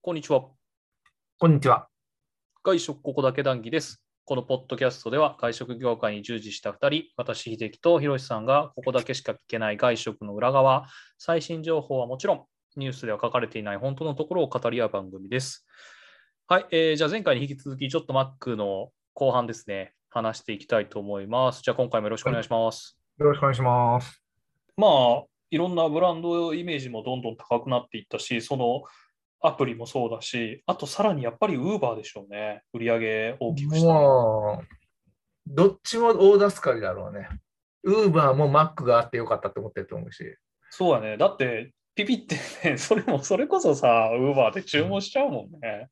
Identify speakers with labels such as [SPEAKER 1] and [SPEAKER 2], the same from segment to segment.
[SPEAKER 1] こんにちは。
[SPEAKER 2] こんにちは。
[SPEAKER 1] 外食ここだけ談義です。このポッドキャストでは外食業界に従事した2人、私、秀樹とひろしさんがここだけしか聞けない外食の裏側、最新情報はもちろん、ニュースでは書かれていない本当のところを語り合う番組です。はい、えーじゃあ前回に引き続き、ちょっとマックの後半ですね、話していきたいと思います。じゃあ今回もよろしくお願いします。
[SPEAKER 2] よろしくお願いします。
[SPEAKER 1] まあ、いろんなブランドイメージもどんどん高くなっていったし、そのアプリもそうだし、あとさらにやっぱりウーバーでしょうね。売り上げ大きくした。
[SPEAKER 2] もう、どっちも大助かりだろうね。ウーバーもマックがあってよかったって思ってると思うし。
[SPEAKER 1] そうやね。だって、ピピってね、 それも、それこそさ、ウーバーで注文しちゃうもんね。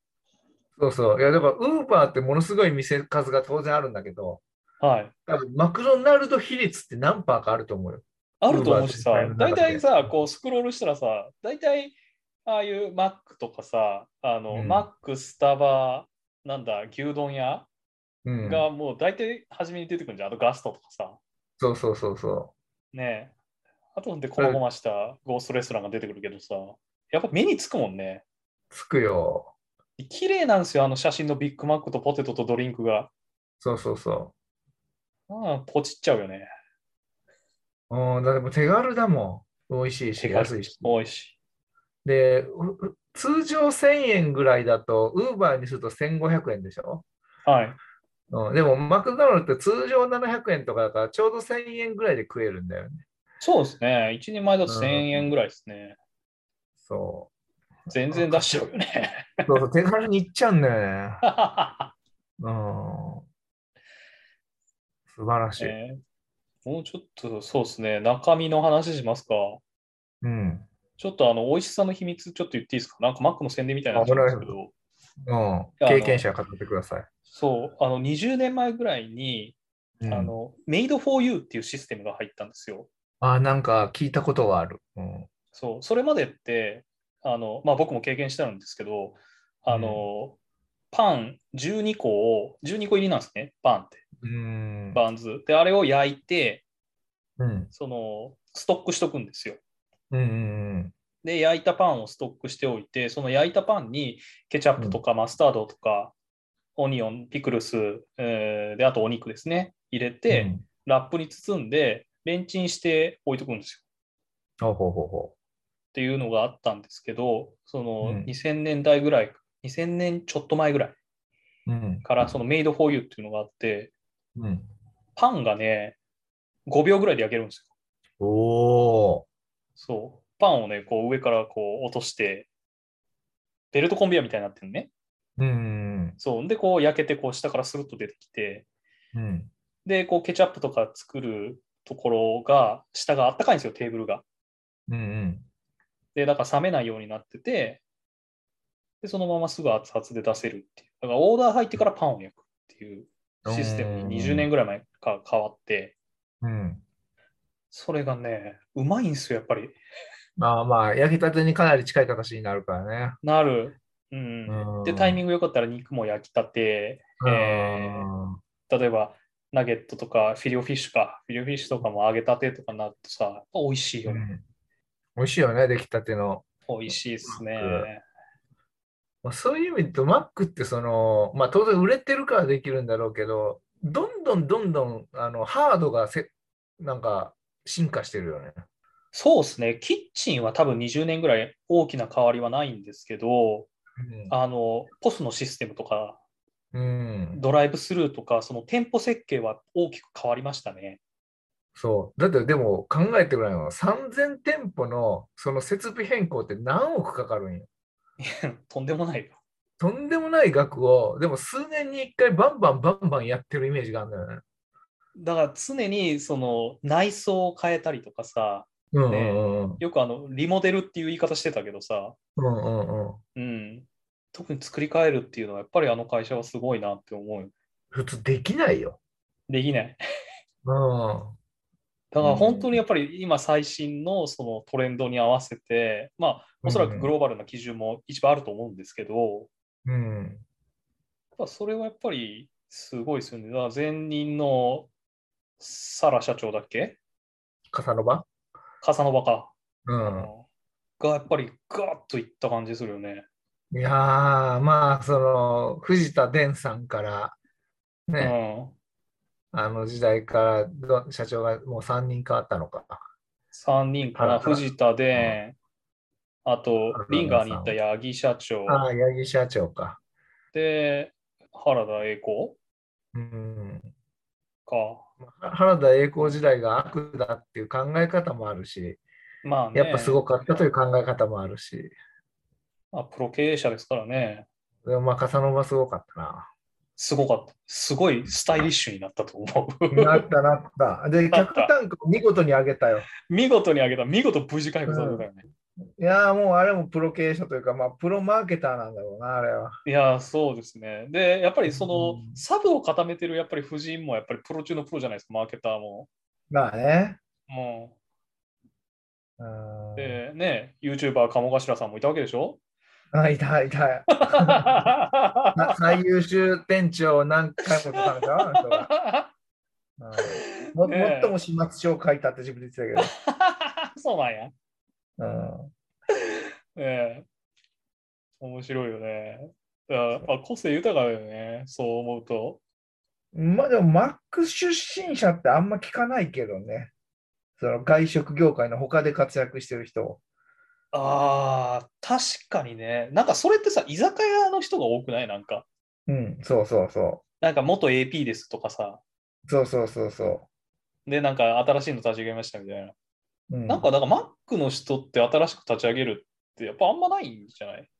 [SPEAKER 2] そうそう。いや、だからウーバーってものすごい店数が当然あるんだけど、
[SPEAKER 1] はい。
[SPEAKER 2] 多分マクドナルド比率って何パーかあると思うよ。
[SPEAKER 1] あると思うしさ
[SPEAKER 2] Uber って、
[SPEAKER 1] 大体
[SPEAKER 2] タイムの中
[SPEAKER 1] さ
[SPEAKER 2] で、
[SPEAKER 1] こうスクロールしたらさ、大体、ああいうマックとかさ、あの、
[SPEAKER 2] うん
[SPEAKER 1] マック、スタバ、なんだ、牛丼屋
[SPEAKER 2] うん。
[SPEAKER 1] がもう大体初めに出てくるんじゃん。あとガストとかさ。
[SPEAKER 2] そうそうそうそ
[SPEAKER 1] ねえ。あとで、こまごましたゴーストレストランが出てくるけどさ、やっぱ目につくもんね。
[SPEAKER 2] う。つくよ。
[SPEAKER 1] 綺麗なんですよ、あの写真のビッグマックとポテトとドリンクが。
[SPEAKER 2] そうそうそ
[SPEAKER 1] うん、ポチっちゃうよね。
[SPEAKER 2] う。うん、だってもう手軽だもん。美味しいし、
[SPEAKER 1] 手軽
[SPEAKER 2] 安いし。
[SPEAKER 1] 多いし。
[SPEAKER 2] で、うう通常1000円ぐらいだと、ウーバーにすると1500円でしょ
[SPEAKER 1] はい。
[SPEAKER 2] うん、でも、マクドナルドって通常700円とかだから、ちょうど1000円ぐらいで食えるんだよね。
[SPEAKER 1] そうですね。一人前だと
[SPEAKER 2] うん
[SPEAKER 1] 1000円ぐらいですね。
[SPEAKER 2] そ
[SPEAKER 1] 全然出しちゃうよね。
[SPEAKER 2] う。そうそう手軽に行っちゃうんだよね。うん。素晴らしい。
[SPEAKER 1] ねもうちょっと、そうですね。中身の話しますか。
[SPEAKER 2] うん。
[SPEAKER 1] ちょっとあの、美味しさの秘密、ちょっと言っていいですか。なんかマックの宣伝みたいになっちゃうんですけど。
[SPEAKER 2] うん。
[SPEAKER 1] やあの
[SPEAKER 2] 経験者語ってください。
[SPEAKER 1] そう、あの、20年前ぐらいに、
[SPEAKER 2] うん、
[SPEAKER 1] あの、Made for You っていうシステムが入ったんですよ。
[SPEAKER 2] あ、なんか聞いたことがある。うん。
[SPEAKER 1] そう、それまでって、あの、まあ、僕も経験してるんですけど、あの、パン12個を、12個入りなんですね、パンって、
[SPEAKER 2] うん。
[SPEAKER 1] バンズ。で、あれを焼いて、
[SPEAKER 2] うん。
[SPEAKER 1] その、ストックしとくんですよ。
[SPEAKER 2] うんうん
[SPEAKER 1] で、焼いたパンをストックしておいて、その焼いたパンにケチャップとかマスタードとか、オニオン、ピクルス、えーで、あとお肉ですね、入れ
[SPEAKER 2] うん。
[SPEAKER 1] て、
[SPEAKER 2] うん、
[SPEAKER 1] ラップに包んで、レンチンして置いとくんですよ。
[SPEAKER 2] ほうほうほうほ
[SPEAKER 1] っていうのがあったんですけど、その
[SPEAKER 2] うん。
[SPEAKER 1] 2000年代ぐらい、2000年ちょっと前ぐらいう
[SPEAKER 2] うん。
[SPEAKER 1] から、そのメイドフォーユーっていうのがあって、
[SPEAKER 2] うん。
[SPEAKER 1] パンがね、5秒ぐらいで焼けるんですよ。
[SPEAKER 2] おー。
[SPEAKER 1] そう。パンをね、こう上からこう落として、ベルトコンベヤーみたいになってるね。
[SPEAKER 2] うん。
[SPEAKER 1] そう。で、こう焼けて、こう下からスルッと出てきて、
[SPEAKER 2] うん。
[SPEAKER 1] で、こうケチャップとか作るところが、下があったかいんですよ、テーブルが。
[SPEAKER 2] うん。うん。
[SPEAKER 1] で、だから冷めないようになってて、で、そのまますぐ熱々で出せるっていう。だからオーダー入ってからパンを焼くっていうシステムに20年ぐらい前から変わって、
[SPEAKER 2] うん。
[SPEAKER 1] それがね、うまいんですよ、やっぱり。
[SPEAKER 2] まあまあ、焼きたてにかなり近い形になるからね。
[SPEAKER 1] なる。うん。
[SPEAKER 2] うん
[SPEAKER 1] で、タイミングよかったら肉も焼きたて、え
[SPEAKER 2] うん
[SPEAKER 1] 例えばナゲットとかフィリオフィッシュか、フィリオフィッシュとかも揚げたてとかになるとさ、美味しいよね。
[SPEAKER 2] 美味しいよね、出来たての。
[SPEAKER 1] 美味しいですね。
[SPEAKER 2] まあ、そういう意味で言うと、マックってその、まあ、当然売れてるからできるんだろうけど、どんどんどんどんあのハードがせなんか進化してるよね。
[SPEAKER 1] そうですね。キッチンは多分20年ぐらい大きな変わりはないんですけど、あの、ポスのシステムとか、
[SPEAKER 2] うん、うん
[SPEAKER 1] ドライブスルーとか、その店舗設計は大きく変わりましたね。
[SPEAKER 2] そう。だってでも考えてごらんよ。3000店舗のその設備変更って何億かかるんよ。
[SPEAKER 1] とんでもないよ。
[SPEAKER 2] とんでもない額を、でも数年に1回バンバンバンバンやってるイメージがあるんだよね。
[SPEAKER 1] だから常にその内装を変えたりとかさ、
[SPEAKER 2] うんうんうん
[SPEAKER 1] よくあのリモデルっていう言い方してたけどさ、
[SPEAKER 2] うんうんうん。
[SPEAKER 1] うん、特に作り変えるっていうのはやっぱりあの会社はすごいなって思うよ。
[SPEAKER 2] 普通できないよ。
[SPEAKER 1] できない。
[SPEAKER 2] うん。
[SPEAKER 1] だから本当にやっぱり今最新のそのトレンドに合わせて、まあおそらくグローバルな基準も一番あると思うんですけど、
[SPEAKER 2] うん。
[SPEAKER 1] まあそれはやっぱりすごいですよね。だから前任のサラ社長だっけ
[SPEAKER 2] カサノバ
[SPEAKER 1] カサノバか、
[SPEAKER 2] う
[SPEAKER 1] あ
[SPEAKER 2] ん。
[SPEAKER 1] のがやっぱりガーッといった感じするよね。
[SPEAKER 2] いやー、まあ、その、藤田伝さんから、
[SPEAKER 1] う
[SPEAKER 2] ね、
[SPEAKER 1] ん、
[SPEAKER 2] あの時代からど社長がもう3人変わったのか。
[SPEAKER 1] 3人か
[SPEAKER 2] あ
[SPEAKER 1] な、
[SPEAKER 2] ら
[SPEAKER 1] 藤田で、あと
[SPEAKER 2] あら、
[SPEAKER 1] リンガーに行った八木社長
[SPEAKER 2] ああ、八木社長か。
[SPEAKER 1] で、原田栄子
[SPEAKER 2] うん。
[SPEAKER 1] か。
[SPEAKER 2] 原田栄光時代が悪だっていう考え方もあるし、
[SPEAKER 1] まあね、
[SPEAKER 2] やっぱすごかったという考え方もあるし、
[SPEAKER 1] まあ、プロ経営者ですからね、
[SPEAKER 2] でもまあ、笠野はすごかっ たな。
[SPEAKER 1] すごかった。すごいスタイリッシュになったと思
[SPEAKER 2] な
[SPEAKER 1] う。
[SPEAKER 2] ったなった。で、
[SPEAKER 1] なった
[SPEAKER 2] 客単価を見事に上げたよ。
[SPEAKER 1] 見事に上げた、見事 V 字回復されたよね。
[SPEAKER 2] いやーもうあれもプロ経営者というか、まあ、プロマーケターなんだろうな、あれは。
[SPEAKER 1] いやー、そうですね。で、やっぱりその、
[SPEAKER 2] うん
[SPEAKER 1] サブを固めてるやっぱり藤井もやっぱりプロ中のプロじゃないですか、マーケターも。
[SPEAKER 2] まあね。
[SPEAKER 1] も
[SPEAKER 2] うん
[SPEAKER 1] うで、ね、YouTuber、鴨頭さんもいたわけでしょ
[SPEAKER 2] あ、いたいた。な 最優秀店長を何回も書かれたわあの人がうんも、
[SPEAKER 1] ねえ
[SPEAKER 2] 最も始末書を書いたって自分で言って
[SPEAKER 1] そうなんや。
[SPEAKER 2] たけど。うん
[SPEAKER 1] ねえ面白いよね。だからやっぱ個性豊かだよね、そう思うと。
[SPEAKER 2] まあでも、マック出身者ってあんま聞かないけどね。その外食業界の他で活躍してる人を。
[SPEAKER 1] ああ、確かにね。なんかそれってさ、居酒屋の人が多くないなんか、
[SPEAKER 2] うん、そうそうそ
[SPEAKER 1] なんか元 AP ですとかさ、
[SPEAKER 2] う。そうそうそうそ
[SPEAKER 1] で、なんか新しいの立ち上げましたみたいな。
[SPEAKER 2] う。うん
[SPEAKER 1] なんか、だから Mac の人って新しく立ち上げるって、やっぱあんまないんじゃない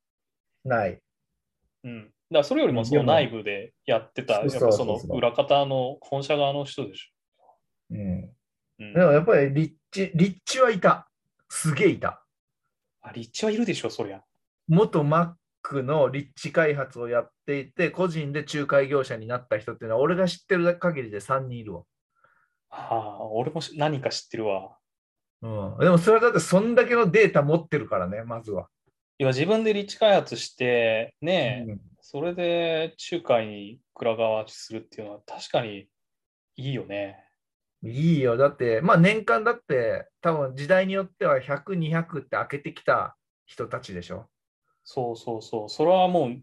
[SPEAKER 2] ない。
[SPEAKER 1] うん。だからそれよりもその
[SPEAKER 2] でも
[SPEAKER 1] 内部でやってた、やっ
[SPEAKER 2] そうそう
[SPEAKER 1] ぱその
[SPEAKER 2] そうそう
[SPEAKER 1] 裏方の本社側の人でし
[SPEAKER 2] うん、
[SPEAKER 1] ょ。うん
[SPEAKER 2] でもやっぱり立地、立地はいた。すげえいた。
[SPEAKER 1] あ、立地はいるでしょ、そりゃ。
[SPEAKER 2] 元マックの立地開発をやっていて、個人で仲介業者になった人っていうのは、俺が知ってる限りで3人いるわ。
[SPEAKER 1] ああ、俺もし何か知ってるわ。
[SPEAKER 2] うん、でもそれはだってそんだけのデータ持ってるからね、まずは。
[SPEAKER 1] 要は自分で立地開発して、ねえ、
[SPEAKER 2] うん
[SPEAKER 1] それで仲介に蔵側するっていうのは確かにいいよね。
[SPEAKER 2] いいよ。だって、まあ年間だって、多分時代によっては100、200って開けてきた人たちでしょ。
[SPEAKER 1] そうそうそう。それはもう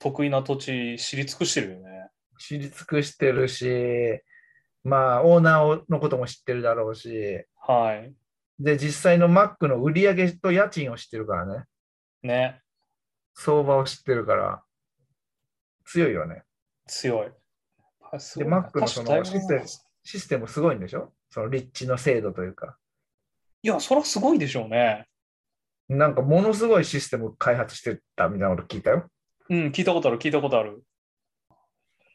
[SPEAKER 1] 得意な土地知り尽くしてるよね。
[SPEAKER 2] 知り尽くしてるし、まあオーナーのことも知ってるだろうし、
[SPEAKER 1] はい。
[SPEAKER 2] で、実際のマックの売り上げと家賃を知ってるからね。
[SPEAKER 1] ね。
[SPEAKER 2] 相場を知ってるから、強いよね。
[SPEAKER 1] 強い。あす
[SPEAKER 2] で、
[SPEAKER 1] ごい
[SPEAKER 2] マックの
[SPEAKER 1] 多
[SPEAKER 2] そ
[SPEAKER 1] 種多様な
[SPEAKER 2] のシステム、システムすごいんでしょその立地の制度というか。
[SPEAKER 1] いや、それはすごいでしょうね。
[SPEAKER 2] なんかものすごいシステム開発してたみたいなこと聞いたよ。
[SPEAKER 1] うん、聞いたことある、聞いたことある。やっ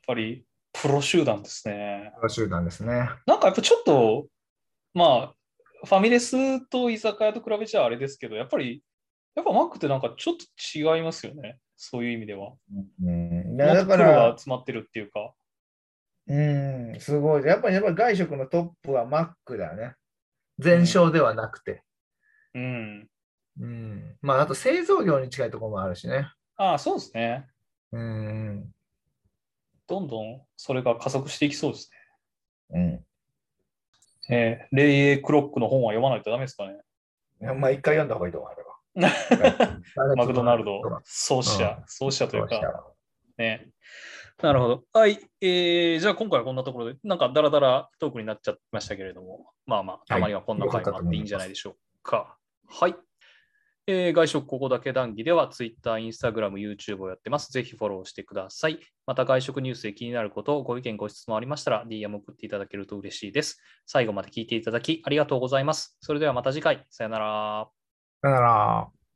[SPEAKER 1] ぱりプロ集団ですね。
[SPEAKER 2] 集団ですね。
[SPEAKER 1] なんかやっぱちょっと、まあ、ファミレスと居酒屋と比べちゃあれですけど、やっぱり、やっぱマックってなんかちょっと違いますよね。そういう意味では。も
[SPEAKER 2] うん、
[SPEAKER 1] っ
[SPEAKER 2] だ
[SPEAKER 1] とプ
[SPEAKER 2] か
[SPEAKER 1] ロが
[SPEAKER 2] ら、
[SPEAKER 1] 集まってるっていうか。
[SPEAKER 2] うん、すごい。やっぱりやっぱり外食のトップはマックだよね。全勝ではなくて。
[SPEAKER 1] うん。
[SPEAKER 2] うん。まあ、あと製造業に近いところもあるしね。
[SPEAKER 1] ああ、そうですね。
[SPEAKER 2] うん。
[SPEAKER 1] どんどんそれが加速していきそうです
[SPEAKER 2] うん。
[SPEAKER 1] ね。えー、レイエークロックの本は読まないとダメですかね。
[SPEAKER 2] まあ、一回読んだ方がいいと思う、あれ は
[SPEAKER 1] マクドナルド、創始者、
[SPEAKER 2] うん
[SPEAKER 1] 創始者という
[SPEAKER 2] そう
[SPEAKER 1] か
[SPEAKER 2] した。ら
[SPEAKER 1] ね。なるほど。はい。えーじゃあ今回はこんなところで、なんかダラダラトークになっちゃいましたけれども、まあまあ、たまにはこんな回もあっていいんじゃないでしょうか。はい。えー外食ここだけ談義では Twitter、Instagram、YouTube をやってます。ぜひフォローしてください。また外食ニュースで気になること、ご意見、ご質問ありましたら DM 送っていただけると嬉しいです。最後まで聞いていただきありがとうございます。それではまた次回。さよなら。
[SPEAKER 2] さよなら。